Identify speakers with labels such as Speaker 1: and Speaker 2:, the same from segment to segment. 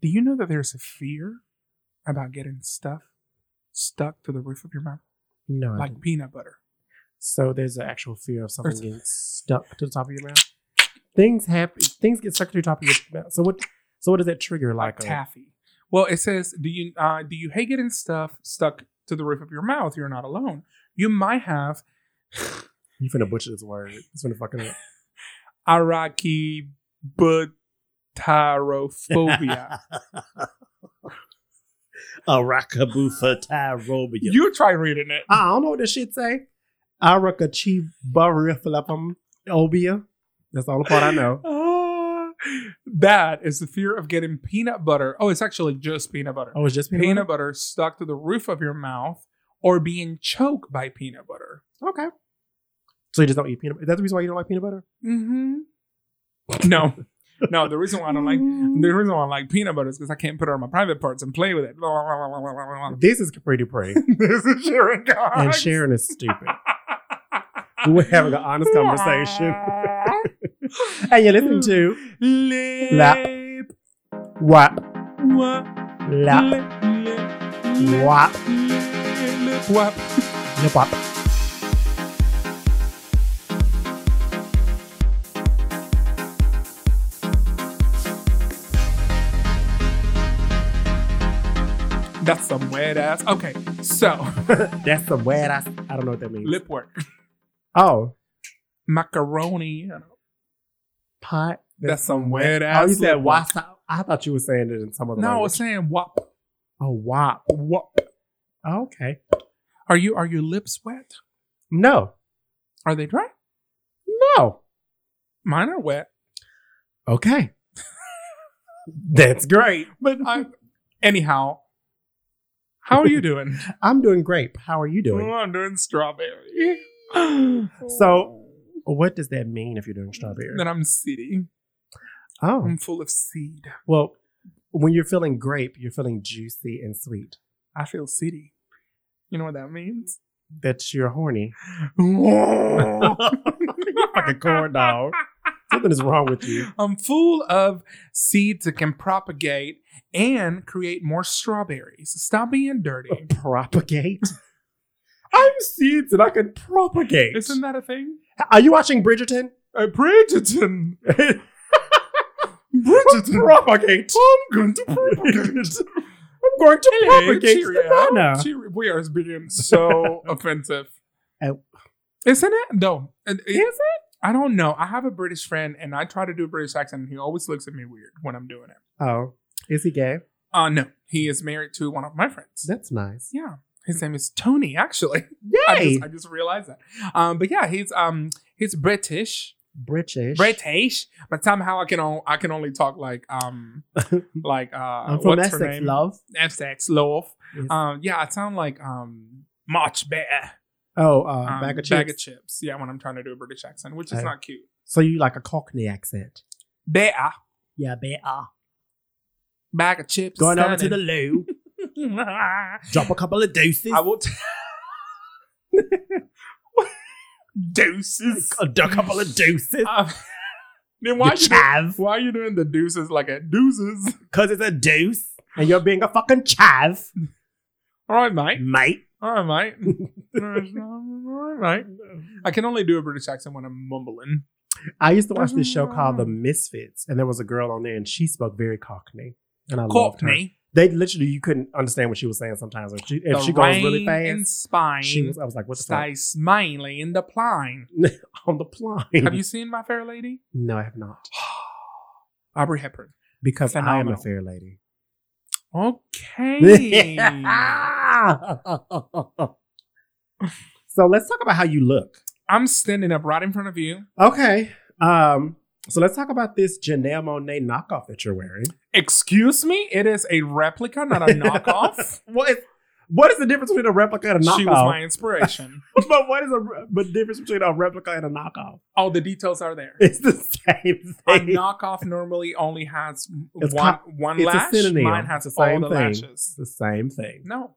Speaker 1: Do you know that there's a fear about getting stuff stuck to the roof of your mouth,
Speaker 2: No. I
Speaker 1: like
Speaker 2: didn't.
Speaker 1: peanut butter?
Speaker 2: so there's an actual fear of something
Speaker 1: There's-
Speaker 2: getting stuck to the top of your mouth. Things happen. Things get stuck to the top of your mouth. So what? So what does that trigger? Like uh, a-
Speaker 1: taffy. Well, it says, do you uh, do you hate getting stuff stuck to the roof of your mouth? You're not alone. You might have
Speaker 2: you finna butcher this word. It's finna fucking up.
Speaker 1: arachibotarophobia.
Speaker 2: Arakabufa Tyrobia.
Speaker 1: you try reading it.
Speaker 2: I don't know what this shit say. Arakachibarifalapam obia. That's the only part I know.
Speaker 1: Ah, that is the fear of getting peanut butter. Oh, it's actually just peanut butter.
Speaker 2: Oh, it's just
Speaker 1: peanut, butter? stuck to the roof of your mouth, or being choked by peanut butter.
Speaker 2: Okay. So you just don't eat peanut butter? Is that the reason why you don't like peanut butter?
Speaker 1: hmm No, no. The reason why I don't like the reason why I like peanut butter is because I can't put it on my private parts and play with it. Um.
Speaker 2: This is pretty pretty.
Speaker 1: this is Sharon Cox.
Speaker 2: and Sharon is stupid. We're having an honest conversation. and you're listening to
Speaker 1: Lip.
Speaker 2: Wap
Speaker 1: Wap.
Speaker 2: Lap
Speaker 1: Lip. Lip.
Speaker 2: Wap
Speaker 1: Lip. Wap.
Speaker 2: Lip Wap.
Speaker 1: That's some weird ass. Okay, so
Speaker 2: That's some weird ass. I don't know what that means.
Speaker 1: lip work.
Speaker 2: Oh,
Speaker 1: Macaroni.
Speaker 2: pot.
Speaker 1: That's some weird ass.
Speaker 2: Oh, you said
Speaker 1: lip work.
Speaker 2: wap. I thought you were saying it in some other
Speaker 1: No, I was
Speaker 2: language.
Speaker 1: saying wap.
Speaker 2: Oh, wap.
Speaker 1: Wap.
Speaker 2: Oh, Okay.
Speaker 1: Are you are your lips wet?
Speaker 2: No.
Speaker 1: Are they dry?
Speaker 2: No.
Speaker 1: Mine are wet.
Speaker 2: Okay. That's great.
Speaker 1: But
Speaker 2: Mm-hmm.
Speaker 1: I, anyhow, how are you doing?
Speaker 2: I'm doing grape. How are you doing?
Speaker 1: Oh, I'm doing strawberry. Oh.
Speaker 2: So- What does that mean if you're doing strawberry?
Speaker 1: then I'm seedy.
Speaker 2: Oh,
Speaker 1: I'm full of seed.
Speaker 2: well, when you're feeling grape, you're feeling juicy and sweet.
Speaker 1: I feel seedy. You know what that means?
Speaker 2: That's your horny.
Speaker 1: Fucking
Speaker 2: dog. Something is wrong with you.
Speaker 1: I'm full of seeds that can propagate and create more strawberries. Stop being
Speaker 2: Oh,
Speaker 1: dirty.
Speaker 2: Propagate. I'm seeds that I can propagate.
Speaker 1: Isn't that a thing?
Speaker 2: Are you watching Bridgerton?
Speaker 1: Uh, Bridgerton. Bridgerton.
Speaker 2: propagate.
Speaker 1: I'm going to propagate.
Speaker 2: I'm going to
Speaker 1: Hey,
Speaker 2: propagate
Speaker 1: cheerio.
Speaker 2: Savannah.
Speaker 1: Cheerio. We are being so offensive.
Speaker 2: Oh.
Speaker 1: Isn't it? No. Is it? I don't know. I have a British friend and I try to do a British accent and he always looks at me weird when I'm doing it.
Speaker 2: Oh, is he gay?
Speaker 1: Uh no. He is married to one of my friends.
Speaker 2: That's nice.
Speaker 1: Yeah. His name is Tony, actually. I,
Speaker 2: Yay!
Speaker 1: just, I just realized that. Um, but yeah, he's um he's British.
Speaker 2: British.
Speaker 1: British. But somehow I can on, I can only talk like um like uh
Speaker 2: I'm from
Speaker 1: what's her
Speaker 2: Essex,
Speaker 1: name?
Speaker 2: love.
Speaker 1: Essex, love.
Speaker 2: Yes.
Speaker 1: Um, yeah, I sound like um much better.
Speaker 2: Oh, uh,
Speaker 1: Um,
Speaker 2: bag of chips.
Speaker 1: Yeah, when I'm trying to do a British accent, which is
Speaker 2: Okay.
Speaker 1: not cute.
Speaker 2: so you like a Cockney accent?
Speaker 1: Better
Speaker 2: Yeah, better.
Speaker 1: bag of chips.
Speaker 2: Going over to the loo,
Speaker 1: the.
Speaker 2: drop a couple of deuces.
Speaker 1: I will. T- deuces.
Speaker 2: a d- couple of deuces.
Speaker 1: Um, then why are
Speaker 2: you
Speaker 1: you doing,
Speaker 2: chav,
Speaker 1: why are you doing the deuces like a deuces?
Speaker 2: cause it's a deuce, and you're being a fucking chav,
Speaker 1: All right, mate.
Speaker 2: mate.
Speaker 1: All right, mate. All right, mate. I can only do a British accent when I'm mumbling.
Speaker 2: I used to watch this show called
Speaker 1: Ah.
Speaker 2: The Misfits, and there was a girl on there, and she spoke very Cockney, and I loved her.
Speaker 1: Cockney.
Speaker 2: They literally, you couldn't understand what she was saying sometimes. If she, if
Speaker 1: the
Speaker 2: she goes really
Speaker 1: rain
Speaker 2: fast,
Speaker 1: and spine.
Speaker 2: she was. I was like, "What the fuck?"
Speaker 1: Stay smiling in the pline.
Speaker 2: On the plane.
Speaker 1: Have you seen My Fair Lady?
Speaker 2: no, I have not,
Speaker 1: Aubrey Hepburn.
Speaker 2: because I am a
Speaker 1: Phenomenal.
Speaker 2: fair lady.
Speaker 1: Okay.
Speaker 2: so let's talk about how you look.
Speaker 1: I'm standing up right in front of you.
Speaker 2: Okay. Um, so let's talk about this Janelle Monet knockoff that you're wearing.
Speaker 1: Excuse me? It is a replica, not a knockoff.
Speaker 2: What is, what is the difference between a replica and a knockoff?
Speaker 1: she was my inspiration.
Speaker 2: but what is a re- but difference between a replica and a knockoff?
Speaker 1: All the details are there.
Speaker 2: It's the same
Speaker 1: A
Speaker 2: thing.
Speaker 1: knockoff normally only has
Speaker 2: It's
Speaker 1: one
Speaker 2: co-
Speaker 1: one
Speaker 2: it's a
Speaker 1: lash.
Speaker 2: synonym.
Speaker 1: Mine has
Speaker 2: It's the
Speaker 1: all
Speaker 2: same
Speaker 1: the
Speaker 2: thing. it's
Speaker 1: lashes.
Speaker 2: the same thing.
Speaker 1: No.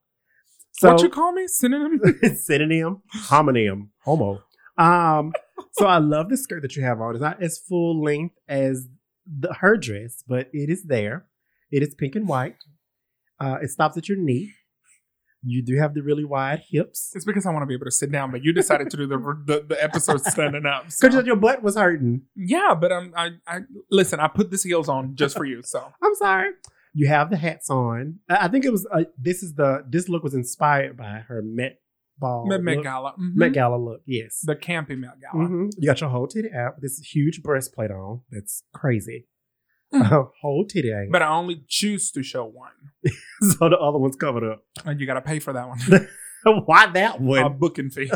Speaker 2: So
Speaker 1: what you call me? Synonym?
Speaker 2: synonym, homonym, homo. Um, so I love the skirt that you have on. It's not as full length as the, her dress, but it is there. It is pink and white. Uh, it stops at your knee. You do have the really wide hips.
Speaker 1: It's because I want to be able to sit down, but you decided to do the the, the episode standing up. so-
Speaker 2: Because your butt was hurting.
Speaker 1: Yeah, but I'm I, I listen. I put the heels on just for you. So
Speaker 2: I'm sorry. You have the hats on. I I think it was uh, this is the this look was inspired by her Met ball
Speaker 1: Met, Met
Speaker 2: Oh, look.
Speaker 1: Gala, mhm.
Speaker 2: Met Gala look. Yes.
Speaker 1: the campy Met Gala.
Speaker 2: Mhm. You got your whole titty out. with This huge breastplate on. That's crazy.
Speaker 1: Mm.
Speaker 2: Uh, whole titty out.
Speaker 1: But I only choose to show one,
Speaker 2: so the other one's covered up.
Speaker 1: and you got to pay for that one.
Speaker 2: Why that one?
Speaker 1: A booking fee,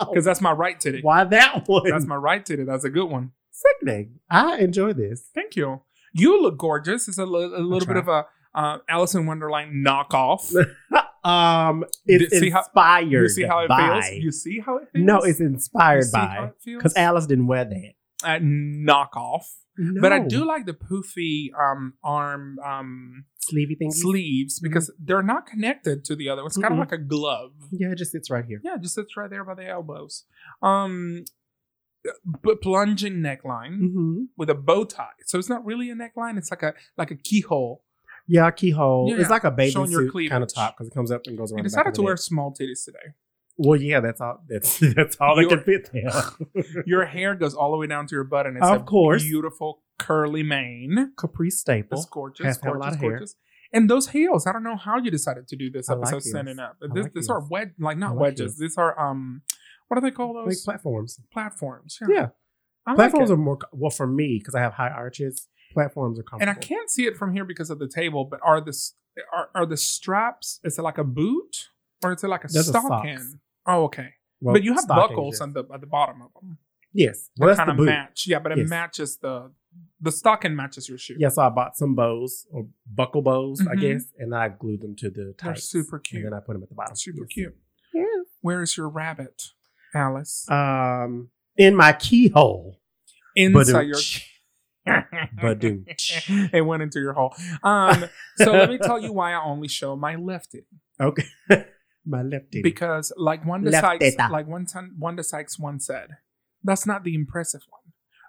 Speaker 1: because that's my right titty.
Speaker 2: Oh. Why that one?
Speaker 1: That's my right titty. That's a good one.
Speaker 2: sickening. I enjoy this.
Speaker 1: Thank you. You look gorgeous. It's a, li- a little bit
Speaker 2: try.
Speaker 1: of a uh, Alice in Wonderland knockoff.
Speaker 2: Um, it's
Speaker 1: You see how-
Speaker 2: inspired.
Speaker 1: you see how it
Speaker 2: by.
Speaker 1: feels. You see how it feels.
Speaker 2: No, it's
Speaker 1: You
Speaker 2: inspired
Speaker 1: see how
Speaker 2: by
Speaker 1: it feels?
Speaker 2: because Alice didn't wear that.
Speaker 1: Uh, knockoff. But I
Speaker 2: No.
Speaker 1: do like the poofy um, arm um,
Speaker 2: sleevey thing.
Speaker 1: sleeves because they're not connected to the other. one. It's kind of
Speaker 2: Mm-hmm. Mm-mm.
Speaker 1: like a glove.
Speaker 2: yeah, it just sits right here.
Speaker 1: Yeah, it just sits right there by the elbows. Um, but plunging neckline
Speaker 2: Mm-hmm.
Speaker 1: with a bow tie, so it's not really a neckline. It's like a like a keyhole.
Speaker 2: Yeah, keyhole.
Speaker 1: Yeah,
Speaker 2: it's
Speaker 1: yeah.
Speaker 2: like a bathing
Speaker 1: Showing your
Speaker 2: suit kind
Speaker 1: cleavage.
Speaker 2: of top because it comes up and goes
Speaker 1: He
Speaker 2: around. the back
Speaker 1: decided
Speaker 2: of
Speaker 1: to
Speaker 2: the
Speaker 1: wear
Speaker 2: neck.
Speaker 1: small titties today.
Speaker 2: Well, yeah, that's all. That's that's all that
Speaker 1: Your-
Speaker 2: can fit there.
Speaker 1: Your hair goes all the way down to your butt, and it's
Speaker 2: Of
Speaker 1: a
Speaker 2: course.
Speaker 1: beautiful curly mane.
Speaker 2: Capri staple.
Speaker 1: It's gorgeous,
Speaker 2: has to have a
Speaker 1: gorgeous,
Speaker 2: lot of hair.
Speaker 1: gorgeous. And those heels, I don't know how you decided to do this
Speaker 2: I like
Speaker 1: episode
Speaker 2: heels.
Speaker 1: standing up.
Speaker 2: I
Speaker 1: This,
Speaker 2: like
Speaker 1: these are
Speaker 2: heels.
Speaker 1: wed, like
Speaker 2: I
Speaker 1: not
Speaker 2: like
Speaker 1: wedges.
Speaker 2: heels.
Speaker 1: These are um, what do they call those
Speaker 2: Like platforms.
Speaker 1: platforms?
Speaker 2: Yeah,
Speaker 1: I like
Speaker 2: platforms
Speaker 1: it.
Speaker 2: are more co- well for me because I have high arches. Platforms are
Speaker 1: and
Speaker 2: comfortable.
Speaker 1: I can't see it from here because of the table. But are this are, are the straps? Is it like a boot or is it like a
Speaker 2: Those are socks.
Speaker 1: stocking? Oh, okay.
Speaker 2: Well,
Speaker 1: but you have
Speaker 2: stockings,
Speaker 1: buckles
Speaker 2: yes.
Speaker 1: on the at the bottom of them.
Speaker 2: Yes, well,
Speaker 1: Well,
Speaker 2: that's
Speaker 1: kind
Speaker 2: the
Speaker 1: of
Speaker 2: boot.
Speaker 1: match. Yeah, but it
Speaker 2: Yes.
Speaker 1: matches the the stocking matches your shoe.
Speaker 2: Yeah, so I bought some bows or buckle bows, I
Speaker 1: Mhm.
Speaker 2: guess, and I glued them to the
Speaker 1: They're
Speaker 2: tights.
Speaker 1: super cute.
Speaker 2: And then I put them at the bottom.
Speaker 1: super
Speaker 2: Yes.
Speaker 1: cute.
Speaker 2: Yeah.
Speaker 1: Where is your rabbit, Alice?
Speaker 2: Um, in my keyhole.
Speaker 1: Inside your
Speaker 2: Badoo.
Speaker 1: it went into your hole. Um, so let me tell you why I only show my left titty.
Speaker 2: Okay. my left titty.
Speaker 1: Because like Wanda
Speaker 2: Left
Speaker 1: Sykes,
Speaker 2: teta.
Speaker 1: like one time Wanda Sykes once said, that's not the impressive one.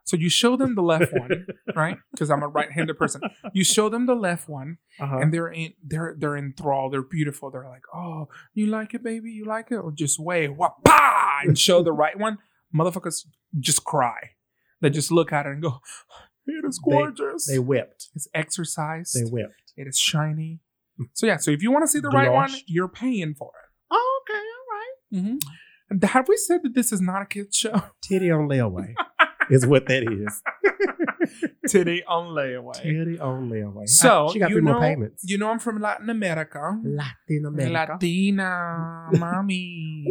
Speaker 1: So you show them the left one, right? Because I'm a right-handed person. You show them the left one,
Speaker 2: uh-huh.
Speaker 1: and they're in they're they're enthralled. They're beautiful. They're like, oh, you like it, baby, you like it, or just wave, wapa, and show the right one. Motherfuckers just cry. They just look at it and go, it is
Speaker 2: They-
Speaker 1: gorgeous.
Speaker 2: they whipped.
Speaker 1: it's exercised.
Speaker 2: They whipped.
Speaker 1: It is shiny. So yeah, so if you want to see the right one,
Speaker 2: Blush.
Speaker 1: you're paying for
Speaker 2: Oh, okay, all right.
Speaker 1: it. And Have we said that this is not a kid's show?
Speaker 2: Titty on layaway is what that is.
Speaker 1: Titty on layaway.
Speaker 2: Titty on layaway.
Speaker 1: So
Speaker 2: I- she got
Speaker 1: you
Speaker 2: three
Speaker 1: know,
Speaker 2: more payments.
Speaker 1: you know I'm from Latin America.
Speaker 2: Latin America.
Speaker 1: Latina, mommy.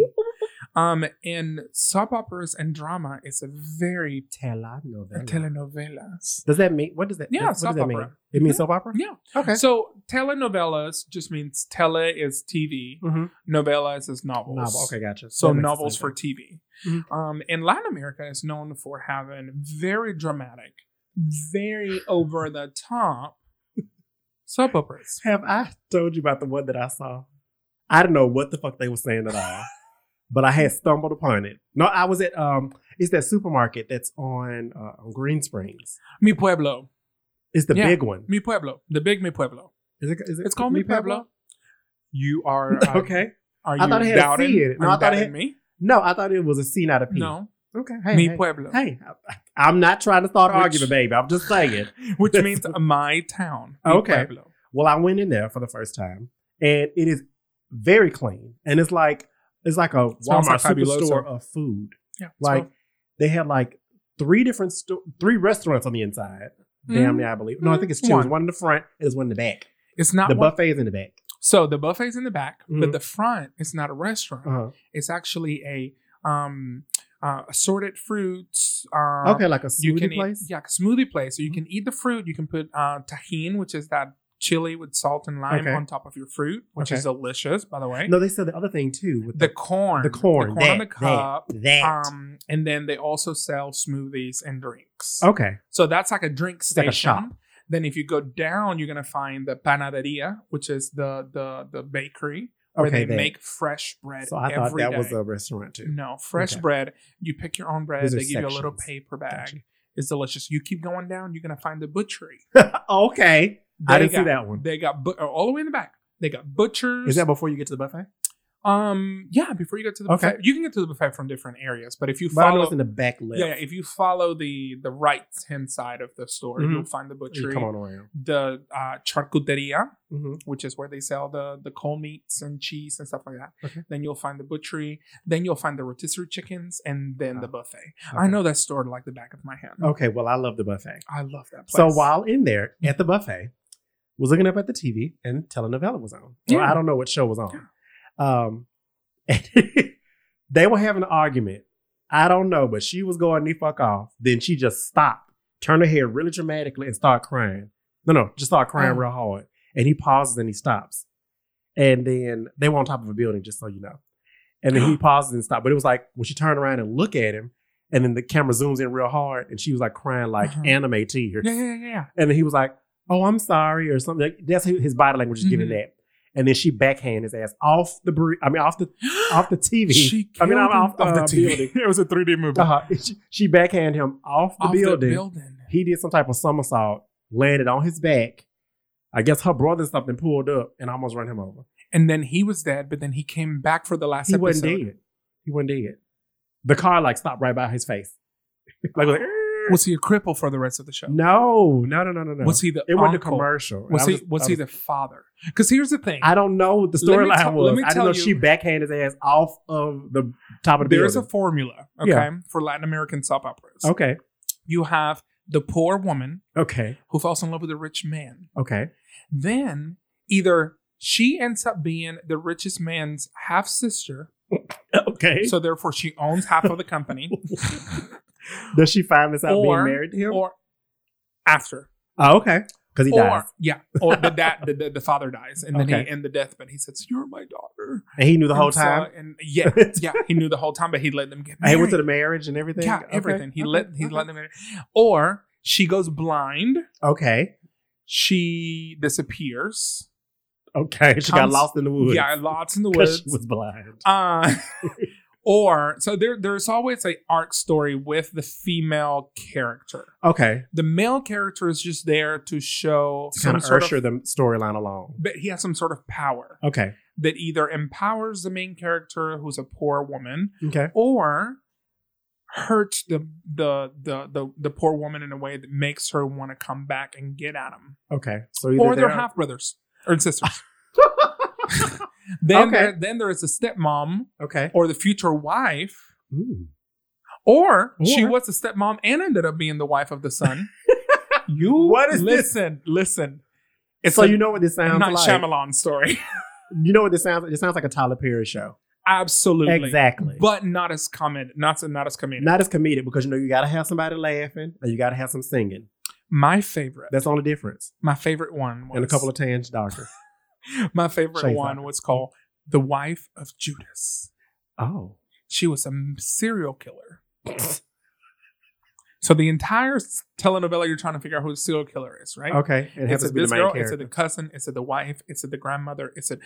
Speaker 1: um, and soap operas and drama is a very
Speaker 2: Telenovela.
Speaker 1: telenovelas.
Speaker 2: Does that mean what does that?
Speaker 1: Yeah,
Speaker 2: what
Speaker 1: soap
Speaker 2: does that mean?
Speaker 1: opera.
Speaker 2: It means
Speaker 1: Mhm.
Speaker 2: soap opera.
Speaker 1: Yeah.
Speaker 2: Okay.
Speaker 1: So telenovelas just means tele is TV,
Speaker 2: mm-hmm.
Speaker 1: novelas is novels.
Speaker 2: Novel. Okay, gotcha.
Speaker 1: So
Speaker 2: That makes
Speaker 1: novels
Speaker 2: sense.
Speaker 1: for TV.
Speaker 2: Mhm.
Speaker 1: Um, and Latin America is known for having very dramatic, very over the top soap operas.
Speaker 2: Have I told you about the one that I saw? I don't know what the fuck they were saying at all, but I had stumbled upon it. No, I was at um, it's that supermarket that's on uh, on Green Springs.
Speaker 1: Mi pueblo,
Speaker 2: It's the
Speaker 1: Yeah.
Speaker 2: big one.
Speaker 1: mi pueblo, the big mi pueblo.
Speaker 2: Is it? Is it
Speaker 1: It's called mi pueblo. You are uh,
Speaker 2: Okay.
Speaker 1: Are you
Speaker 2: I thought it had a
Speaker 1: doubting?
Speaker 2: C in it. No,
Speaker 1: are you
Speaker 2: I thought it
Speaker 1: doubting
Speaker 2: had-
Speaker 1: me.
Speaker 2: No, I thought it was a C, not a P.
Speaker 1: No,
Speaker 2: Okay. Hey.
Speaker 1: mi
Speaker 2: hey.
Speaker 1: pueblo,
Speaker 2: Hey, I- I'm not trying to start
Speaker 1: Which-
Speaker 2: arguing, baby. I'm just saying.
Speaker 1: which means my town. Mi
Speaker 2: Okay.
Speaker 1: pueblo.
Speaker 2: Well, I went in there for the first time, and it is very clean, and it's like it's like a
Speaker 1: Smells
Speaker 2: Walmart
Speaker 1: like Fabuloso.
Speaker 2: superstore of food.
Speaker 1: Yeah, it's
Speaker 2: Like
Speaker 1: cool.
Speaker 2: they had like three different sto- three restaurants on the inside. Damn near, I believe. No, I think it's two. There's
Speaker 1: Mm-hmm. One.
Speaker 2: one in the front, and there's one in the back.
Speaker 1: Hmm? it's not
Speaker 2: the
Speaker 1: one-
Speaker 2: buffet is in the back.
Speaker 1: So the buffet's in the back, but
Speaker 2: Mhm.
Speaker 1: the front is not a restaurant.
Speaker 2: Uh-huh.
Speaker 1: It's actually a um, uh, assorted fruits. Um,
Speaker 2: okay, like a
Speaker 1: you
Speaker 2: smoothie
Speaker 1: can
Speaker 2: place. Mm-hmm.
Speaker 1: Eat, yeah, smoothie place. So you can eat the fruit. You can put uh, tahine, which is that chili with salt and lime
Speaker 2: Okay.
Speaker 1: on top of your fruit, which
Speaker 2: Okay.
Speaker 1: is delicious, by the way.
Speaker 2: No, they said the other thing too with
Speaker 1: the
Speaker 2: the
Speaker 1: corn,
Speaker 2: the corn,
Speaker 1: the corn on the
Speaker 2: that,
Speaker 1: cup.
Speaker 2: that, that.
Speaker 1: Um, and then they also sell smoothies and drinks.
Speaker 2: okay,
Speaker 1: So that's like a drink
Speaker 2: Oh. like
Speaker 1: station.
Speaker 2: a shop.
Speaker 1: Then if you go down, you're gonna find the panaderia, which is the the the bakery where
Speaker 2: okay.
Speaker 1: they
Speaker 2: that.
Speaker 1: make fresh bread.
Speaker 2: so I thought
Speaker 1: every
Speaker 2: that was
Speaker 1: day.
Speaker 2: a restaurant too.
Speaker 1: no fresh
Speaker 2: Okay.
Speaker 1: bread. You pick your own bread.
Speaker 2: These are
Speaker 1: They give you a little
Speaker 2: sections.
Speaker 1: paper bag.
Speaker 2: Gotcha.
Speaker 1: It's delicious. Mm-hmm. You keep going down, you're gonna find the butchery.
Speaker 2: okay, I
Speaker 1: They
Speaker 2: didn't see
Speaker 1: got-
Speaker 2: that one.
Speaker 1: They got but- all the way in the back. They got butchers.
Speaker 2: Is that before you get to the buffet?
Speaker 1: um yeah? Before you get to the
Speaker 2: Okay.
Speaker 1: buffet, you can get to the buffet from different areas, but if you
Speaker 2: But I know
Speaker 1: follow,
Speaker 2: it's in the back left.
Speaker 1: yeah, yeah, if you follow the the right hand side of the store,
Speaker 2: Mhm.
Speaker 1: you'll find the
Speaker 2: You
Speaker 1: butchery,
Speaker 2: come on around.
Speaker 1: the uh, charcuteria,
Speaker 2: Mm-hmm.
Speaker 1: which is where they sell the the cold meats and cheese and stuff like that.
Speaker 2: Okay.
Speaker 1: Then you'll find the butchery. Then you'll find the rotisserie chickens, and then the
Speaker 2: Ah,
Speaker 1: buffet. I know that store like the back of my hand.
Speaker 2: Okay, well, I love the buffet.
Speaker 1: I love that place. Mm.
Speaker 2: So while in there at the buffet, was looking up at the TV and telenovela was on. Well,
Speaker 1: Yeah.
Speaker 2: I don't know what show was on. Um, and they were having an argument. I don't know, but she was going the fuck off. Then she just stopped, turned her head really dramatically, and started crying. No, no, just started crying
Speaker 1: Oh.
Speaker 2: real hard. And he pauses and he stops. And then they were on top of a building, just so you know. And then he pauses and stops. But it was like when she turned around and looked at him, and then the camera zooms in real hard, and she was like crying like
Speaker 1: Uh-huh.
Speaker 2: anime
Speaker 1: yeah,
Speaker 2: tears.
Speaker 1: yeah, yeah, yeah.
Speaker 2: And then he was like, "Oh, I'm sorry," or something. Like, that's who- his body language is giving
Speaker 1: Mhm.
Speaker 2: that. And then she backhand his ass off the bri- I mean, off the off the TV.
Speaker 1: She
Speaker 2: I mean, I'm
Speaker 1: killed him
Speaker 2: off, uh, building.
Speaker 1: it was a 3D movie.
Speaker 2: Uh-huh. She, she backhand him off the
Speaker 1: Off
Speaker 2: building.
Speaker 1: building.
Speaker 2: He did some type of somersault, landed on his back. I guess her brother something pulled up and almost run him over.
Speaker 1: And then he was dead, but then he came back for the last
Speaker 2: he
Speaker 1: episode.
Speaker 2: wasn't dead. He wasn't dead. The car like stopped right by his face. like, was like,
Speaker 1: Was he a cripple for the rest of the show?
Speaker 2: no, no, no, no, no, no.
Speaker 1: Was he the
Speaker 2: it wasn't a
Speaker 1: uncle?
Speaker 2: commercial.
Speaker 1: Was
Speaker 2: I
Speaker 1: he
Speaker 2: was-
Speaker 1: was,
Speaker 2: I
Speaker 1: he the father? Because here's the thing.
Speaker 2: I don't know what the
Speaker 1: Let me tell-
Speaker 2: storyline
Speaker 1: let
Speaker 2: was.
Speaker 1: me
Speaker 2: I didn't
Speaker 1: tell
Speaker 2: know
Speaker 1: you-
Speaker 2: she backhanded his ass off of the top of the
Speaker 1: There's a
Speaker 2: building.
Speaker 1: formula, okay,
Speaker 2: Yeah.
Speaker 1: for Latin American soap operas.
Speaker 2: okay,
Speaker 1: You have the poor woman
Speaker 2: okay,
Speaker 1: who falls in love with a rich man.
Speaker 2: okay.
Speaker 1: Then either she ends up being the richest man's half sister,
Speaker 2: Okay. So
Speaker 1: so therefore she owns half of the company,
Speaker 2: does she find this out
Speaker 1: Or-
Speaker 2: being married to him?
Speaker 1: or after
Speaker 2: oh, okay. Because he
Speaker 1: or
Speaker 2: dies.
Speaker 1: yeah, or the dad, the, the, the father dies, and then
Speaker 2: Okay.
Speaker 1: he in the deathbed he says, "You're my daughter."
Speaker 2: And he knew the whole
Speaker 1: And so-
Speaker 2: time.
Speaker 1: and yeah, yeah, he knew the whole time, but he let them get
Speaker 2: And
Speaker 1: married.
Speaker 2: he went to the marriage and everything.
Speaker 1: yeah,
Speaker 2: Okay,
Speaker 1: everything. He
Speaker 2: okay,
Speaker 1: let he
Speaker 2: okay.
Speaker 1: let them get Or she goes blind,
Speaker 2: Okay.
Speaker 1: she disappears.
Speaker 2: Okay. She got
Speaker 1: Comes-
Speaker 2: lost in the woods.
Speaker 1: Yeah, lots in the
Speaker 2: Because
Speaker 1: woods.
Speaker 2: she was blind.
Speaker 1: uh, or so there. There's always a arc story with the female character.
Speaker 2: Okay.
Speaker 1: The male character is just there to show
Speaker 2: To kind
Speaker 1: some
Speaker 2: of
Speaker 1: sort
Speaker 2: usher the storyline along.
Speaker 1: but he has some sort of power.
Speaker 2: Okay.
Speaker 1: that either empowers the main character who's a poor woman
Speaker 2: Okay.
Speaker 1: or hurts the the the the, the poor woman in a way that makes her want to come back and get at him
Speaker 2: Okay. So either
Speaker 1: or they're
Speaker 2: they're-
Speaker 1: half brothers or sisters then
Speaker 2: Okay.
Speaker 1: there, then there is a stepmom
Speaker 2: Okay. Hmm.
Speaker 1: or the future wife
Speaker 2: Ooh.
Speaker 1: or, she
Speaker 2: Or-
Speaker 1: was a stepmom and ended up being the wife of the son you
Speaker 2: What is this?
Speaker 1: listen listen it's
Speaker 2: so
Speaker 1: like
Speaker 2: you know what this sounds
Speaker 1: not
Speaker 2: like.
Speaker 1: Shyamalan story
Speaker 2: You know what this sounds like? It sounds like a Tyler Perry show.
Speaker 1: absolutely
Speaker 2: Exactly.
Speaker 1: but not as common not, not as comedic
Speaker 2: not as comedic because you know you gotta have somebody laughing and you gotta have some singing.
Speaker 1: My favorite.
Speaker 2: That's the only difference.
Speaker 1: my favorite one was
Speaker 2: And a couple of tans, doctor.
Speaker 1: my favorite
Speaker 2: Shades
Speaker 1: one
Speaker 2: on.
Speaker 1: was called The Wife of Judas.
Speaker 2: Oh.
Speaker 1: She was a m- serial killer. so the entire s- telenovela you're trying to figure out who the serial killer is, right?
Speaker 2: Okay. It
Speaker 1: Is
Speaker 2: happens
Speaker 1: it
Speaker 2: to be the
Speaker 1: this
Speaker 2: main
Speaker 1: girl? Is it
Speaker 2: character.
Speaker 1: the cousin? Is it the wife? Is it the grandmother? Is it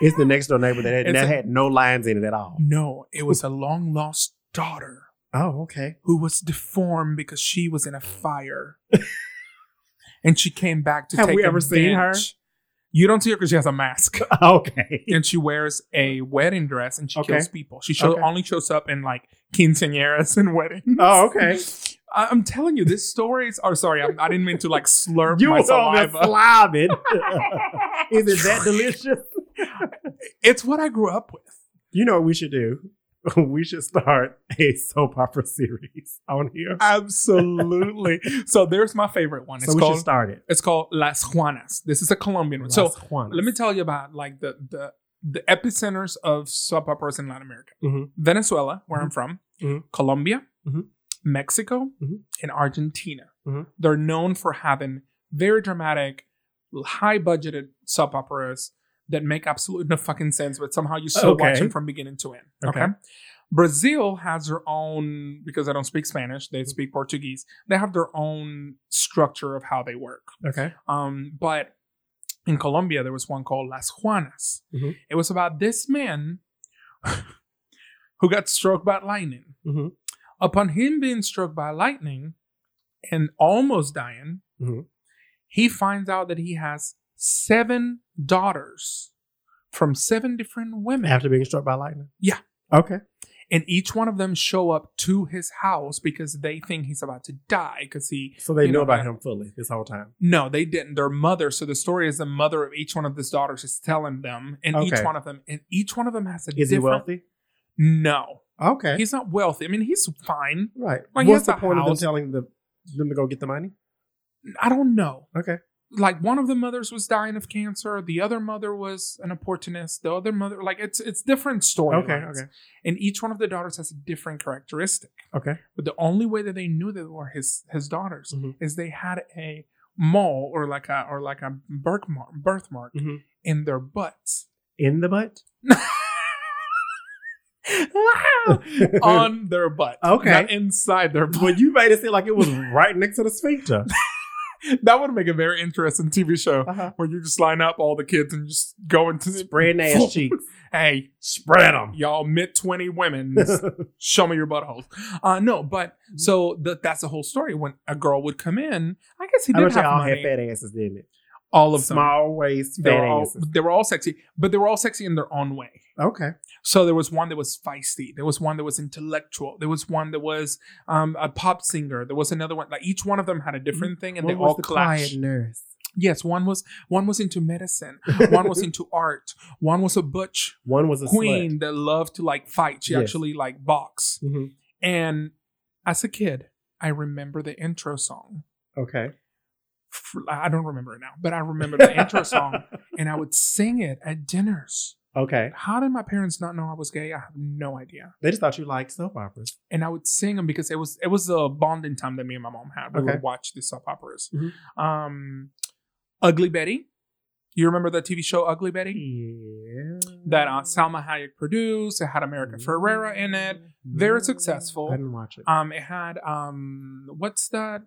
Speaker 2: It's the next door neighbor that had,
Speaker 1: It's
Speaker 2: that
Speaker 1: a-
Speaker 2: had no lines in it at all.
Speaker 1: No, it was a long lost daughter
Speaker 2: Oh, okay.
Speaker 1: who was deformed because she was in a fire. and she came back to
Speaker 2: Have
Speaker 1: take
Speaker 2: we ever seen her?
Speaker 1: revenge. You don't see her because she has a mask.
Speaker 2: Okay.
Speaker 1: and she wears a wedding dress and she
Speaker 2: Okay.
Speaker 1: kills people. She show,
Speaker 2: Okay.
Speaker 1: only shows up in like quinceañeras and weddings.
Speaker 2: Oh, okay.
Speaker 1: I, I'm telling you, these stories are sorry. I'm, I didn't mean to like slurp
Speaker 2: You
Speaker 1: my
Speaker 2: was over
Speaker 1: saliva.
Speaker 2: slobbing. Is it that delicious?
Speaker 1: it's what I grew up with.
Speaker 2: You know what we should do? We should start a soap opera series on here.
Speaker 1: Absolutely. so there's my favorite one. It's
Speaker 2: So we should
Speaker 1: called
Speaker 2: start it.
Speaker 1: it's called Las Juanas. This is a Colombian one. So
Speaker 2: Las Juanas.
Speaker 1: let me tell you about like the the the epicenters of soap operas in Latin America:
Speaker 2: Mhm.
Speaker 1: Venezuela, where I'm from,
Speaker 2: Mhm.
Speaker 1: Colombia,
Speaker 2: Mhm.
Speaker 1: Mexico,
Speaker 2: Mhm.
Speaker 1: and Argentina.
Speaker 2: Mhm.
Speaker 1: They're known for having very dramatic, high-budgeted soap operas that make absolutely no fucking sense, but somehow you still watch
Speaker 2: Okay.
Speaker 1: them from beginning to end. Okay.
Speaker 2: Okay.
Speaker 1: Brazil has their own because I don't speak Spanish; they
Speaker 2: Mm-hmm.
Speaker 1: speak Portuguese. They have their own structure of how they work.
Speaker 2: Okay.
Speaker 1: Um, but in Colombia, there was one called Las Juanas.
Speaker 2: Mhm.
Speaker 1: It was about this man who got struck by lightning.
Speaker 2: Mhm.
Speaker 1: Upon him being struck by lightning and almost dying,
Speaker 2: Mhm.
Speaker 1: He finds out that he has seven daughters from seven different women.
Speaker 2: After being struck by lightning?
Speaker 1: Yeah.
Speaker 2: Okay.
Speaker 1: And each one of them show up to his house because they think he's about to die because he
Speaker 2: So they
Speaker 1: You
Speaker 2: knew
Speaker 1: know,
Speaker 2: about
Speaker 1: I-
Speaker 2: him fully this whole time.
Speaker 1: No, they didn't. Their mother. So the story is the mother of each one of his daughters is telling them, and
Speaker 2: Okay.
Speaker 1: each one of them, and each one of them has a
Speaker 2: Is he
Speaker 1: different.
Speaker 2: wealthy?
Speaker 1: No,
Speaker 2: Okay.
Speaker 1: he's not wealthy. I mean, he's fine.
Speaker 2: right.
Speaker 1: Well, he
Speaker 2: What's
Speaker 1: has
Speaker 2: the
Speaker 1: a
Speaker 2: point of them
Speaker 1: house.
Speaker 2: telling the, them to go get the money?
Speaker 1: I don't know.
Speaker 2: Okay.
Speaker 1: Like one of the mothers was dying of cancer. The other mother was an opportunist. The other mother, like it's it's different story.
Speaker 2: Okay. Okay.
Speaker 1: And each one of the daughters has a different characteristic.
Speaker 2: Okay.
Speaker 1: But the only way that they knew they were his his daughters
Speaker 2: Mhm.
Speaker 1: is they had a mole or like a or like a birthmark birthmark
Speaker 2: Mhm.
Speaker 1: in their butts.
Speaker 2: In the butt?
Speaker 1: on their butt.
Speaker 2: Okay.
Speaker 1: Not inside their butt.
Speaker 2: Well, you made it seem like it was right next to the sphincter.
Speaker 1: That would make a very interesting TV show
Speaker 2: Uh-huh.
Speaker 1: where you just line up all the kids and just go into the.
Speaker 2: Spread ass cheeks.
Speaker 1: Hey,
Speaker 2: Spread them.
Speaker 1: y'all mid 20 women, show me your buttholes. Uh, no, but
Speaker 2: Mm-hmm.
Speaker 1: so th- that's the whole story. When a girl would come in, I guess he
Speaker 2: I
Speaker 1: did
Speaker 2: bet
Speaker 1: have
Speaker 2: you all
Speaker 1: money.
Speaker 2: had fat asses, didn't it?
Speaker 1: all of them.
Speaker 2: Small waist,
Speaker 1: They
Speaker 2: fat
Speaker 1: were, all,
Speaker 2: asses.
Speaker 1: they were all sexy, but they were all sexy in their own way.
Speaker 2: Okay.
Speaker 1: So there was one that was feisty. There was one that was intellectual. There was one that was um, a pop singer. There was another one. Like each one of them had a different thing, and
Speaker 2: What
Speaker 1: they
Speaker 2: Mm-hmm. was
Speaker 1: all
Speaker 2: the
Speaker 1: clashed.
Speaker 2: quiet nurse.
Speaker 1: Yes, one was one was into medicine. One was into art. One was a butch
Speaker 2: One was a
Speaker 1: queen that loved to like fight. She
Speaker 2: Yes.
Speaker 1: actually like box.
Speaker 2: Slut. Mhm.
Speaker 1: And as a kid, I remember the intro song.
Speaker 2: Okay.
Speaker 1: F- I don't remember it now, but I remember the intro song, and I would sing it at dinners.
Speaker 2: Okay.
Speaker 1: How did my parents not know I was gay? I have no idea.
Speaker 2: They just thought you liked soap operas.
Speaker 1: and I would sing them because it was it was a bonding time that me and my mom had. We
Speaker 2: Okay.
Speaker 1: would watch the soap operas.
Speaker 2: Mhm.
Speaker 1: Um, Ugly Betty, you remember that TV show Ugly Betty
Speaker 2: Yeah.
Speaker 1: that uh, Salma Hayek produced? It had America
Speaker 2: Mm-hmm.
Speaker 1: Ferrera in it. Very successful.
Speaker 2: I didn't watch it.
Speaker 1: Um, it had um, what's that?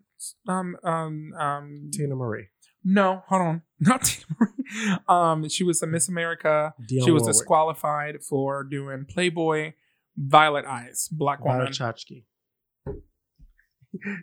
Speaker 1: Um, um, um,
Speaker 2: Tina Marie.
Speaker 1: no, hold on, not Tina Marie. Um, she was a Miss America.
Speaker 2: Dionne
Speaker 1: she was
Speaker 2: Warwick.
Speaker 1: disqualified for doing Playboy. Violet Eyes, black
Speaker 2: Viola
Speaker 1: woman.
Speaker 2: Chachki.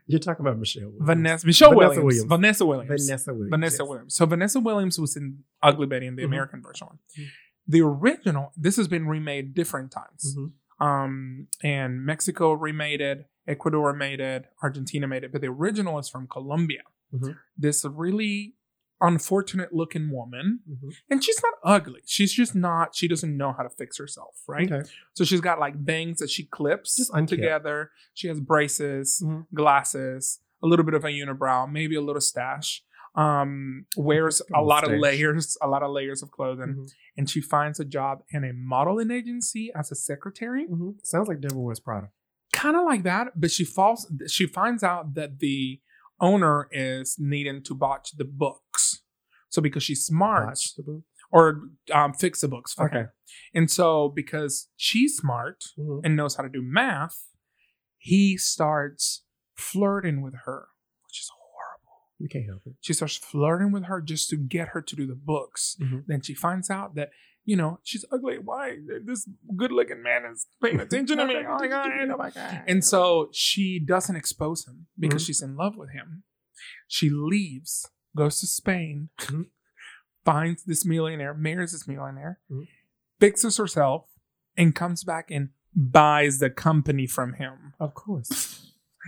Speaker 2: You're talking about Michelle. Williams.
Speaker 1: Vanessa Michelle
Speaker 2: Vanessa
Speaker 1: Williams,
Speaker 2: Williams.
Speaker 1: Vanessa Williams.
Speaker 2: Vanessa Williams.
Speaker 1: Vanessa
Speaker 2: yes.
Speaker 1: Williams. So Vanessa Williams was in Ugly Betty in the
Speaker 2: Mhm.
Speaker 1: American version.
Speaker 2: Mhm.
Speaker 1: The original, this has been remade different times.
Speaker 2: Mhm.
Speaker 1: Um, and Mexico remade it, Ecuador made it, Argentina made it, but the original is from Colombia.
Speaker 2: Mhm.
Speaker 1: This really unfortunate looking woman,
Speaker 2: Mhm.
Speaker 1: and she's not ugly. She's just not. She doesn't know how to fix herself, right?
Speaker 2: Okay.
Speaker 1: So she's got like bangs that she clips
Speaker 2: Just unkept.
Speaker 1: together. She has braces,
Speaker 2: Mhm.
Speaker 1: glasses, a little bit of a unibrow, maybe a little stash. Um, wears a
Speaker 2: Little
Speaker 1: lot of
Speaker 2: stash.
Speaker 1: layers, a lot of layers of clothing,
Speaker 2: Mhm.
Speaker 1: and she finds a job in a modeling agency as a secretary,
Speaker 2: Mhm. Sounds like Devil Wears Prada.
Speaker 1: kind of like that. But she falls. She finds out that the owner is needing to botch the books. So because she's smart,
Speaker 2: Watch the book.
Speaker 1: or um, fix the books. For
Speaker 2: Okay.
Speaker 1: him. And so because she's smart,
Speaker 2: Mhm.
Speaker 1: and knows how to do math, he starts flirting with her, which is horrible.
Speaker 2: You can't help it.
Speaker 1: She starts flirting with her just to get her to do the books.
Speaker 2: Mhm.
Speaker 1: Then she finds out that, you know, she's ugly. Why? This good looking man is paying attention to me. Oh my
Speaker 2: Oh
Speaker 1: God.
Speaker 2: my God.
Speaker 1: And so she doesn't expose him because
Speaker 2: Mhm.
Speaker 1: she's in love with him. She leaves, goes to Spain,
Speaker 2: Mhm.
Speaker 1: finds this millionaire, marries this millionaire,
Speaker 2: Mhm.
Speaker 1: fixes herself, and comes back and buys the company from him.
Speaker 2: of course.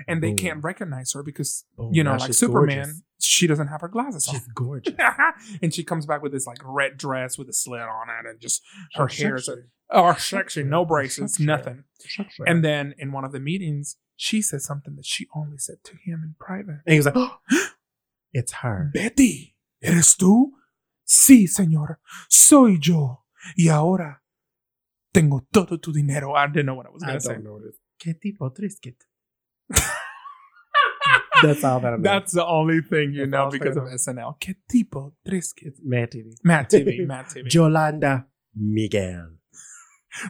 Speaker 1: And they
Speaker 2: Boom.
Speaker 1: can't recognize her because,
Speaker 2: Boom.
Speaker 1: you know,
Speaker 2: Now
Speaker 1: like
Speaker 2: Oh, she's
Speaker 1: Superman,
Speaker 2: gorgeous.
Speaker 1: she doesn't have her glasses on.
Speaker 2: She's gorgeous.
Speaker 1: and she comes back with this like red dress with a slit on it and just her
Speaker 2: She's
Speaker 1: hair is
Speaker 2: sexy.
Speaker 1: oh sexy, no braces,
Speaker 2: Sexy.
Speaker 1: nothing.
Speaker 2: Sexy.
Speaker 1: And then in one of the meetings, she said something that she only said to him in private.
Speaker 2: And he was like, it's her.
Speaker 1: Betty, ¿eres tú? Sí, señora, soy yo. Y ahora tengo todo tu dinero. I didn't know what I was going to say.
Speaker 2: know this. ¿Qué tipo trisket? That's all that I know.
Speaker 1: That's the only thing you
Speaker 2: That's all
Speaker 1: know
Speaker 2: I'm
Speaker 1: because of
Speaker 2: saying.
Speaker 1: SNL. ¿Qué tipo tres kids?
Speaker 2: it's Mad TV.
Speaker 1: Matt TV, Matt TV.
Speaker 2: Yolanda Miguel.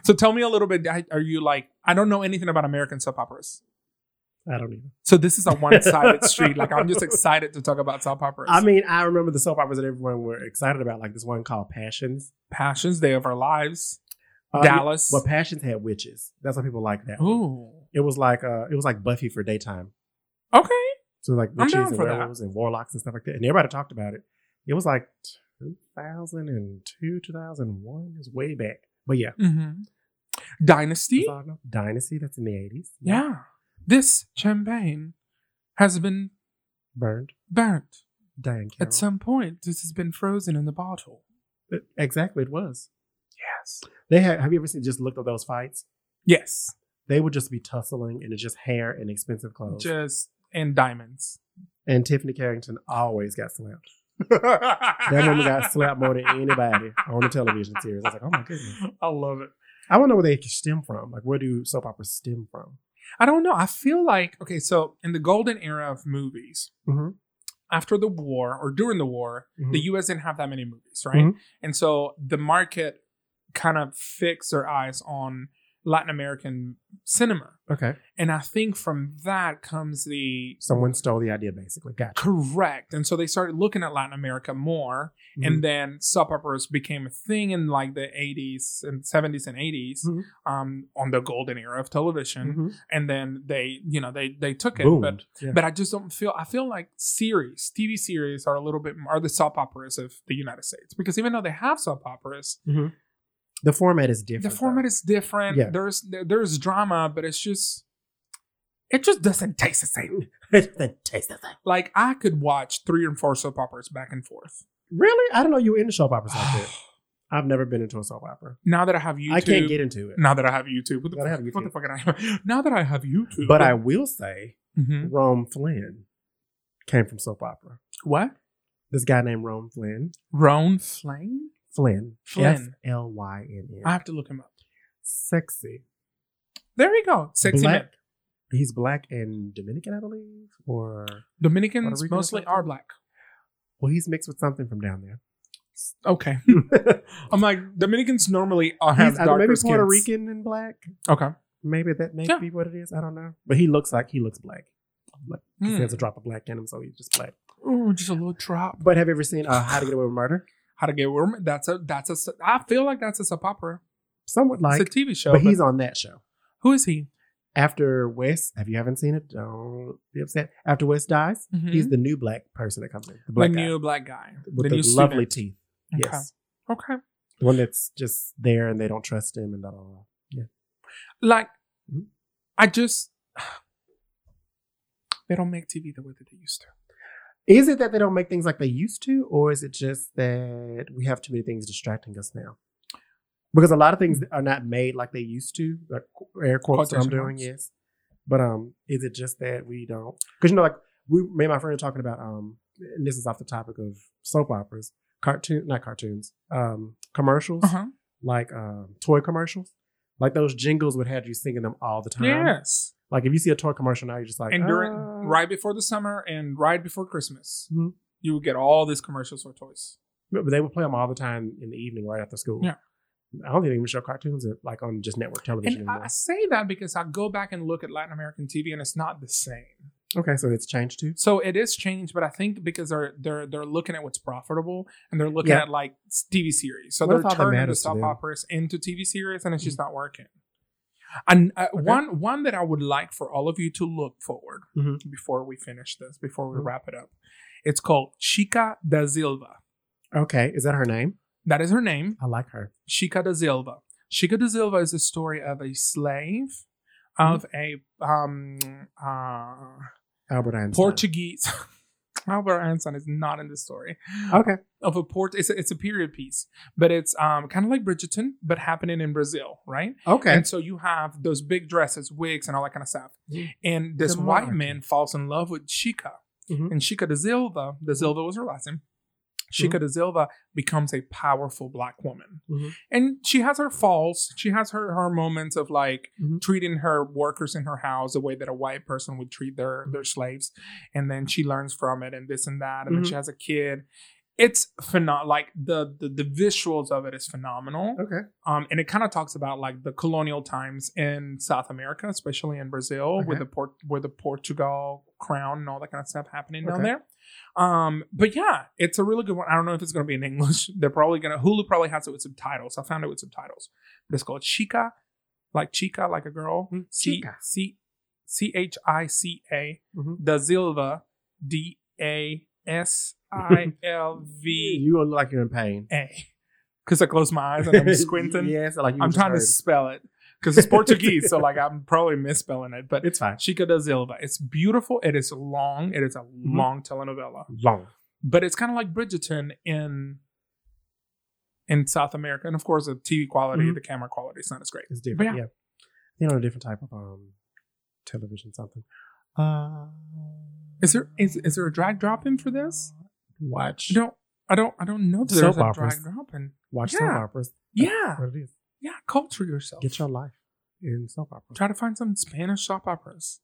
Speaker 1: so tell me a little bit. I- Are you like, I don't know anything about American soap operas.
Speaker 2: I don't even.
Speaker 1: So this is a one-sided street. Like I'm just excited to talk about soap operas.
Speaker 2: I mean, I remember the soap operas that everyone were excited about, like this one called Passions.
Speaker 1: Passions, Day of Our Lives,
Speaker 2: Uh,
Speaker 1: Dallas.
Speaker 2: But Passions had witches. That's why people like that.
Speaker 1: Ooh.
Speaker 2: It was like uh, it was like Buffy for daytime.
Speaker 1: Okay.
Speaker 2: So like
Speaker 1: down
Speaker 2: witches and
Speaker 1: for that.
Speaker 2: werewolves and warlocks and stuff like that. And everybody talked about it. It was like 2002, 2001 is way back. But yeah.
Speaker 1: Mhm. Dynasty?
Speaker 2: that's all I know. Dynasty that's in the 80s.
Speaker 1: Yeah. This champagne has been
Speaker 2: Burned.
Speaker 1: burnt
Speaker 2: Diane Carroll.
Speaker 1: at some point. This has been frozen in the bottle.
Speaker 2: It- exactly, it was.
Speaker 1: Yes.
Speaker 2: They had, have you ever seen just looked at those fights?
Speaker 1: Yes.
Speaker 2: They would just be tussling and it's just hair and expensive clothes.
Speaker 1: Just and diamonds.
Speaker 2: and Tiffany Carrington always got slapped. That woman got slapped more than anybody on the television series. I was like, oh my goodness.
Speaker 1: I love it.
Speaker 2: I want to know where they stem from. Like, where do soap operas stem from?
Speaker 1: I don't know. I feel like okay, so in the golden era of movies,
Speaker 2: Mhm.
Speaker 1: after the war or during the war, the U.S. didn't have that many movies, right?
Speaker 2: Mhm.
Speaker 1: And so the market kind of fixed their eyes on Latin American cinema,
Speaker 2: Okay.
Speaker 1: and I think from that comes the
Speaker 2: Someone stole the idea, basically. Gotcha.
Speaker 1: correct. And so they started looking at Latin America more,
Speaker 2: Mm-hmm.
Speaker 1: and then soap operas became a thing in like the 80s and 70s and 80s
Speaker 2: Mhm.
Speaker 1: um, on the golden era of television,
Speaker 2: Mhm.
Speaker 1: and then they, you know, they they took it, but
Speaker 2: Boomed. Yeah.
Speaker 1: but I just don't feel. I feel like series, TV series, are a little bit are the soap operas of the United States because even though they have soap operas,
Speaker 2: the format is different.
Speaker 1: the format is different.
Speaker 2: Yeah.
Speaker 1: There's there, there's drama, but it's just it just doesn't taste the same.
Speaker 2: is the taste of that.
Speaker 1: Like I could watch three and four soap operas back and forth.
Speaker 2: Really? I don't know. You were into soap operas like that. I've never been into a soap opera.
Speaker 1: now that I have YouTube,
Speaker 2: I can't get into it.
Speaker 1: now that I have YouTube, what the,
Speaker 2: Gotta
Speaker 1: fuck,
Speaker 2: have
Speaker 1: what the
Speaker 2: YouTube.
Speaker 1: fuck can I? Now that I have YouTube,
Speaker 2: But I will say,
Speaker 1: Mhm.
Speaker 2: Rome Flynn came from soap opera.
Speaker 1: what
Speaker 2: This guy named Rome Flynn.
Speaker 1: Roan Flame?
Speaker 2: Flynn.
Speaker 1: Flynn.
Speaker 2: F L Y N N.
Speaker 1: I have to look him up.
Speaker 2: Sexy.
Speaker 1: There we go. Sexy
Speaker 2: black.
Speaker 1: men.
Speaker 2: He's black and Dominican, I believe, or Puerto
Speaker 1: Dominicans
Speaker 2: Rican or
Speaker 1: mostly
Speaker 2: something?
Speaker 1: are black.
Speaker 2: well, he's mixed with something from down there.
Speaker 1: Okay. I'm like Dominicans normally are Hmm. have
Speaker 2: He's either
Speaker 1: darker
Speaker 2: maybe
Speaker 1: skins.
Speaker 2: Puerto Rican and black.
Speaker 1: Okay.
Speaker 2: Maybe that may
Speaker 1: Yeah.
Speaker 2: be what it is. I don't know. But he looks like he looks black. Like 'cause he
Speaker 1: Mm.
Speaker 2: has a drop of black in him, so he's just black.
Speaker 1: Ooh, just a little drop.
Speaker 2: But have you ever seen uh, How to Get Away with Murder?
Speaker 1: How to get warm? That's a that's a. s- I feel like that's a soap opera.
Speaker 2: Somewhat like,
Speaker 1: it's a TV show.
Speaker 2: but he's
Speaker 1: but
Speaker 2: on that show.
Speaker 1: who is he?
Speaker 2: After Wes, if you haven't seen it, don't be upset. After Wes dies, he's
Speaker 1: Mhm.
Speaker 2: the new black person that comes in. The black
Speaker 1: the
Speaker 2: guy
Speaker 1: new black guy
Speaker 2: with
Speaker 1: the
Speaker 2: the,
Speaker 1: new student.
Speaker 2: lovely teeth.
Speaker 1: Okay.
Speaker 2: Yes.
Speaker 1: Okay.
Speaker 2: The one that's just there and they don't trust him and blah, blah, blah.
Speaker 1: Like,
Speaker 2: Mhm.
Speaker 1: I just they don't make TV the way that they used to.
Speaker 2: Is it that they don't make things like they used to, or is it just that we have too many things distracting us now? Because a lot of things are not made like they used to. Like air quotes that I'm
Speaker 1: Quotation
Speaker 2: doing,
Speaker 1: marks.
Speaker 2: yes. But um, is it just that we don't? Because you know, like we, me and my friend are talking about um, and this is off the topic of soap operas, cartoon, not cartoons, um, commercials,
Speaker 1: Uh huh.
Speaker 2: like um, toy commercials, like those jingles would have you singing them all the time.
Speaker 1: Yes.
Speaker 2: Like if you see a toy commercial now, you're just like,
Speaker 1: And during
Speaker 2: "Ah."
Speaker 1: right before the summer and right before Christmas,
Speaker 2: Mhm.
Speaker 1: you would get all these commercials for toys.
Speaker 2: But they would play them all the time in the evening right after school.
Speaker 1: Yeah.
Speaker 2: I don't think they even show cartoons at- like on just network television
Speaker 1: And I
Speaker 2: anymore.
Speaker 1: I say that because I go back and look at Latin American TV, and it's not the same.
Speaker 2: okay, so it's changed too.
Speaker 1: So it is changed, but I think because they're they're they're looking at what's profitable and they're looking
Speaker 2: Yeah.
Speaker 1: at like TV series. So
Speaker 2: Well, that's
Speaker 1: they're
Speaker 2: all that
Speaker 1: turning the
Speaker 2: matters to
Speaker 1: soap
Speaker 2: them. Mm.
Speaker 1: operas into TV series, and it's just not working. And uh,
Speaker 2: Okay.
Speaker 1: one one that I would like for all of you to look forward
Speaker 2: Mhm.
Speaker 1: before we finish this, before we
Speaker 2: Mhm.
Speaker 1: wrap it up, it's called Chica da Silva.
Speaker 2: Okay, is that her name?
Speaker 1: That is her name.
Speaker 2: I like her.
Speaker 1: Chica da Silva. Chica da Silva is the story of a slave of a um uh
Speaker 2: Albert Einstein.
Speaker 1: Portuguese. Albert Einstein is not in the story
Speaker 2: Okay.
Speaker 1: of a port. It's a, it's a period piece, but it's um kind of like Bridgerton, but happening in Brazil, right?
Speaker 2: Okay.
Speaker 1: And so you have those big dresses, wigs, and all that kind of stuff.
Speaker 2: Mhm.
Speaker 1: And this
Speaker 2: The
Speaker 1: white
Speaker 2: monarchy.
Speaker 1: man falls in love with Chica,
Speaker 2: Mhm.
Speaker 1: and Chica de Silva. De Silva was her last name. Chica de Silva becomes a powerful black woman,
Speaker 2: Mhm.
Speaker 1: and she has her falls. She has her her moments of like
Speaker 2: Mhm.
Speaker 1: treating her workers in her house the way that a white person would treat their their slaves, and then she learns from it and this and that, and then
Speaker 2: Mhm.
Speaker 1: she has a kid. It's phenomenal. Like the, the the visuals of it is phenomenal
Speaker 2: okay.
Speaker 1: um, and it kind of talks about like the colonial times in South America, especially in Brazil,
Speaker 2: Okay.
Speaker 1: with the port, with the Portugal crown and all that kind of stuff happening down
Speaker 2: Okay.
Speaker 1: there. Um, but yeah, it's a really good one. I don't know if it's going to be in English. They're probably going to Hulu probably has it with subtitles. I found it with subtitles. But it's called Chica, like chica, like a girl.
Speaker 2: Mm,
Speaker 1: C
Speaker 2: Chica.
Speaker 1: C C H I C A
Speaker 2: Mhm.
Speaker 1: da Silva D A S I L V
Speaker 2: You look like you're in pain.
Speaker 1: A. Because I close my eyes and I'm squinting.
Speaker 2: yes, like you
Speaker 1: I'm
Speaker 2: just
Speaker 1: trying to
Speaker 2: heard.
Speaker 1: spell it because it's Portuguese, so like I'm probably misspelling it. But
Speaker 2: It's fine.
Speaker 1: Chica da Silva. It's beautiful. It is long. It is a
Speaker 2: Mm-hmm.
Speaker 1: long telenovela,
Speaker 2: Long.
Speaker 1: but it's kind of like Bridgerton in in South America, and of course the TV quality,
Speaker 2: Mhm.
Speaker 1: the camera quality is not as great.
Speaker 2: It's
Speaker 1: But
Speaker 2: different.
Speaker 1: yeah.
Speaker 2: Yeah. You know, a different type of um television something. Uh,
Speaker 1: Is there is, is there a drag drop in for this?
Speaker 2: Watch.
Speaker 1: I don't I don't I don't know. If there's
Speaker 2: Soap
Speaker 1: a
Speaker 2: operas.
Speaker 1: drag drop in.
Speaker 2: Watch
Speaker 1: Yeah.
Speaker 2: soap operas.
Speaker 1: Yeah,
Speaker 2: What it is.
Speaker 1: yeah. Culture yourself.
Speaker 2: Get your life in soap operas.
Speaker 1: Try to find some Spanish soap operas.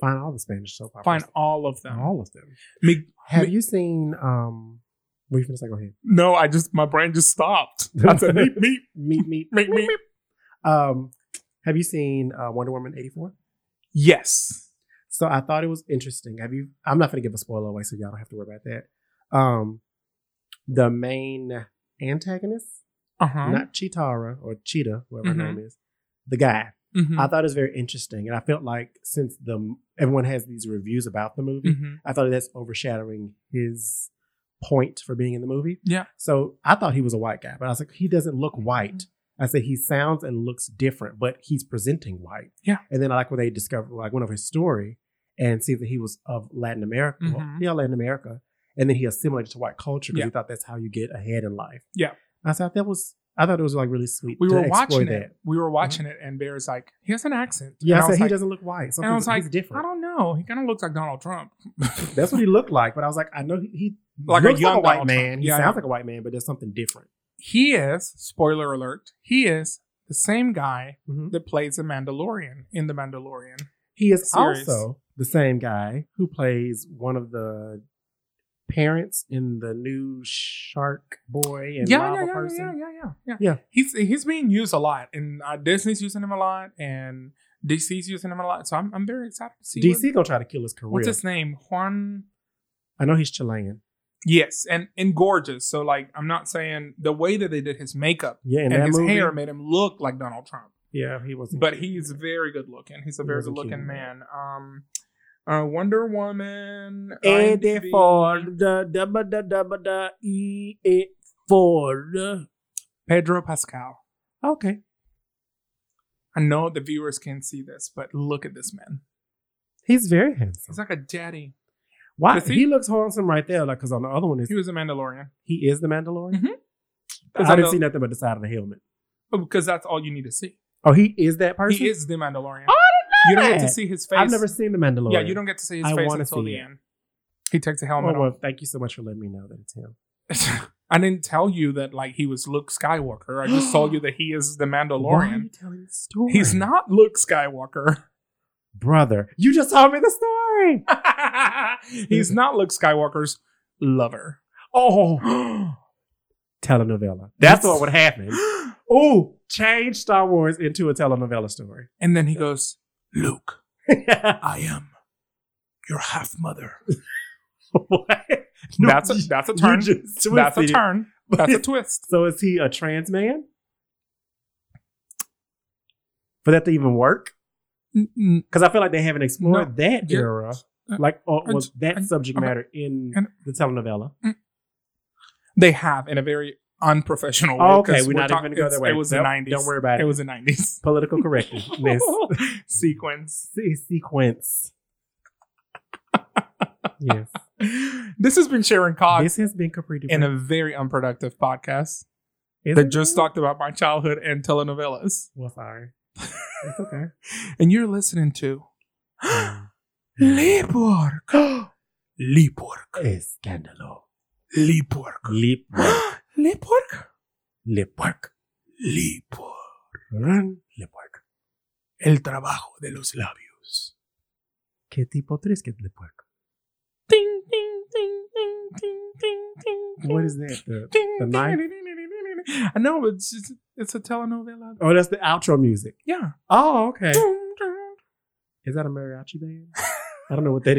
Speaker 2: Find all the Spanish soap operas.
Speaker 1: Find all of them.
Speaker 2: all of them.
Speaker 1: Me-
Speaker 2: Have
Speaker 1: me-
Speaker 2: you seen um? What you finna say? Go ahead.
Speaker 1: no, I just my brain just stopped. I said meep meep
Speaker 2: Meet me.
Speaker 1: meep meep.
Speaker 2: Um, have you seen uh, Wonder Woman eighty four?
Speaker 1: Yes.
Speaker 2: So I thought it was interesting. Have you? I'm not gonna give a spoiler away, so y'all don't have to worry about that. Um, the main antagonist,
Speaker 1: Uh huh.
Speaker 2: not Chitara or Cheetah, whatever her
Speaker 1: Mhm.
Speaker 2: name is, the guy.
Speaker 1: Mhm.
Speaker 2: I thought it was very interesting, and I felt like since the everyone has these reviews about the movie,
Speaker 1: Mhm.
Speaker 2: I thought that's overshadowing his point for being in the movie.
Speaker 1: Yeah.
Speaker 2: So I thought he was a white guy, but I was like, he doesn't look white. I said he sounds and looks different, but he's presenting white.
Speaker 1: Yeah.
Speaker 2: And then I like when they discovered like one of his story and see that he was of Latin America. well,
Speaker 1: Mhm.
Speaker 2: yeah, Latin America. And then he assimilated to white culture because
Speaker 1: Yeah.
Speaker 2: he thought that's how you get ahead in life.
Speaker 1: Yeah.
Speaker 2: I said that was I thought it was like really sweet.
Speaker 1: We
Speaker 2: to
Speaker 1: were
Speaker 2: explore
Speaker 1: watching
Speaker 2: that.
Speaker 1: it. We were watching it, and Bear's like, "He has an accent." And
Speaker 2: Yeah, I
Speaker 1: I
Speaker 2: said
Speaker 1: was
Speaker 2: he
Speaker 1: like,
Speaker 2: doesn't look white.
Speaker 1: and I was
Speaker 2: Something's- he's
Speaker 1: like,
Speaker 2: different.
Speaker 1: "I don't know. He kind of looks like Donald Trump."
Speaker 2: That's what he looked like, but I was like, I know he, he
Speaker 1: Like a
Speaker 2: looks
Speaker 1: young
Speaker 2: like a white
Speaker 1: Donald
Speaker 2: man.
Speaker 1: Trump.
Speaker 2: He
Speaker 1: Yeah, I
Speaker 2: sounds
Speaker 1: know.
Speaker 2: like a white man, but there's something different.
Speaker 1: he is. Spoiler alert. He is the same guy
Speaker 2: Mhm.
Speaker 1: that plays the Mandalorian in the Mandalorian.
Speaker 2: He is
Speaker 1: Serious.
Speaker 2: also the same guy who plays one of the parents in the new Shark Boy and
Speaker 1: Yeah,
Speaker 2: Lava
Speaker 1: yeah, yeah,
Speaker 2: person.
Speaker 1: yeah, yeah, yeah, yeah,
Speaker 2: Yeah.
Speaker 1: He's he's being used a lot, and uh, Disney's using him a lot, and DC's using him a lot. So I'm I'm very excited to see what-
Speaker 2: DC gonna try to kill his career.
Speaker 1: what's his name, Juan
Speaker 2: I know he's Chilean.
Speaker 1: Yes, and and gorgeous. So like, I'm not saying the way that they did his makeup
Speaker 2: Yeah, in
Speaker 1: and,
Speaker 2: that
Speaker 1: his
Speaker 2: movie.
Speaker 1: hair made him look like Donald Trump,
Speaker 2: Yeah, he wasn't.
Speaker 1: but he's very good looking. He's a
Speaker 2: He
Speaker 1: very
Speaker 2: was a
Speaker 1: good looking
Speaker 2: cute
Speaker 1: man.
Speaker 2: man.
Speaker 1: Um, uh, Wonder Woman. IMDb.
Speaker 2: eighty four da da da da da da e eight four.
Speaker 1: Pedro Pascal.
Speaker 2: Okay,
Speaker 1: I know the viewers can't see this, but look at this man.
Speaker 2: he's very handsome.
Speaker 1: He's like a daddy.
Speaker 2: Why
Speaker 1: Does
Speaker 2: he,
Speaker 1: he-
Speaker 2: looks handsome right there? Like, cause on the other one is
Speaker 1: He was a Mandalorian.
Speaker 2: he is the Mandalorian.
Speaker 1: Mhm. 'Cause
Speaker 2: I
Speaker 1: on
Speaker 2: didn't
Speaker 1: the-
Speaker 2: see nothing but the side of the helmet.
Speaker 1: oh, because that's all you need to see.
Speaker 2: Oh, he is that person.
Speaker 1: He is the Mandalorian.
Speaker 2: Oh,
Speaker 1: you don't get to
Speaker 2: that.
Speaker 1: see his face.
Speaker 2: I've never seen the Mandalorian.
Speaker 1: yeah, you don't get to see his
Speaker 2: I
Speaker 1: face
Speaker 2: wanna
Speaker 1: until
Speaker 2: see
Speaker 1: the
Speaker 2: it.
Speaker 1: end. He takes a helmet
Speaker 2: Oh,
Speaker 1: off.
Speaker 2: well, thank you so much for letting me know that it's him.
Speaker 1: I didn't tell you that like he was Luke Skywalker. I just told you that he is the
Speaker 2: Why are you
Speaker 1: Mandalorian.
Speaker 2: telling the story?
Speaker 1: He's not Luke Skywalker.
Speaker 2: brother. You just told me the story.
Speaker 1: He's not Luke Skywalker's lover.
Speaker 2: Oh, telenovela. That's what would happen. Oh, change Star Wars into a telenovela story.
Speaker 1: And then he goes, Luke,
Speaker 2: What?
Speaker 1: I am your half mother.
Speaker 2: No,
Speaker 1: That's a,
Speaker 2: you-
Speaker 1: that's a
Speaker 2: you
Speaker 1: turn.
Speaker 2: just
Speaker 1: That's a
Speaker 2: twisted it.
Speaker 1: turn. That's a twist.
Speaker 2: So is he a trans man? For that to even work?
Speaker 1: Mm-mm.
Speaker 2: Because I feel like they haven't explored that
Speaker 1: you're-
Speaker 2: era,
Speaker 1: uh,
Speaker 2: like or, or
Speaker 1: and-
Speaker 2: that
Speaker 1: and-
Speaker 2: subject
Speaker 1: okay.
Speaker 2: matter in
Speaker 1: And- Mm-hmm.
Speaker 2: the telenovela.
Speaker 1: They have in a very unprofessional way.
Speaker 2: Oh, okay,
Speaker 1: 'cause
Speaker 2: we're not
Speaker 1: talk-
Speaker 2: even gonna go
Speaker 1: it's-
Speaker 2: that way.
Speaker 1: It was
Speaker 2: Nope,
Speaker 1: the 90s.
Speaker 2: don't worry about
Speaker 1: It
Speaker 2: it.
Speaker 1: was the 90s.
Speaker 2: Political correctness
Speaker 1: Sequence.
Speaker 2: Se- sequence. yes,
Speaker 1: This has been Sharon Cox.
Speaker 2: this has been Capri
Speaker 1: Uh, in
Speaker 2: Dupree.
Speaker 1: a very unproductive podcast
Speaker 2: Is
Speaker 1: that
Speaker 2: it?
Speaker 1: just talked about my childhood and telenovelas.
Speaker 2: Well, sorry, it's okay.
Speaker 1: And you're listening to
Speaker 2: Um,
Speaker 1: Lepork. Lepork.
Speaker 2: Escándalo.
Speaker 1: Lepork.
Speaker 2: Lip work.
Speaker 1: Lepork.
Speaker 2: Lip work.
Speaker 1: Lepork.
Speaker 2: Run. Lip work.
Speaker 1: El trabajo de los labios.
Speaker 2: ¿Qué tipo tres que lip work?
Speaker 1: Ding, ding, ding, ding, ding, ding, ding. ding,
Speaker 2: What is that? The-
Speaker 1: Ding,
Speaker 2: the
Speaker 1: ding,
Speaker 2: knife?
Speaker 1: ding, ding, ding, ding, ding, ding. I know, it's just, it's a telenovela.
Speaker 2: oh, that's the outro music.
Speaker 1: Yeah.
Speaker 2: Oh, okay.
Speaker 1: Dum, dum,
Speaker 2: Is that a mariachi band? I don't know what that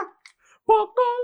Speaker 2: is.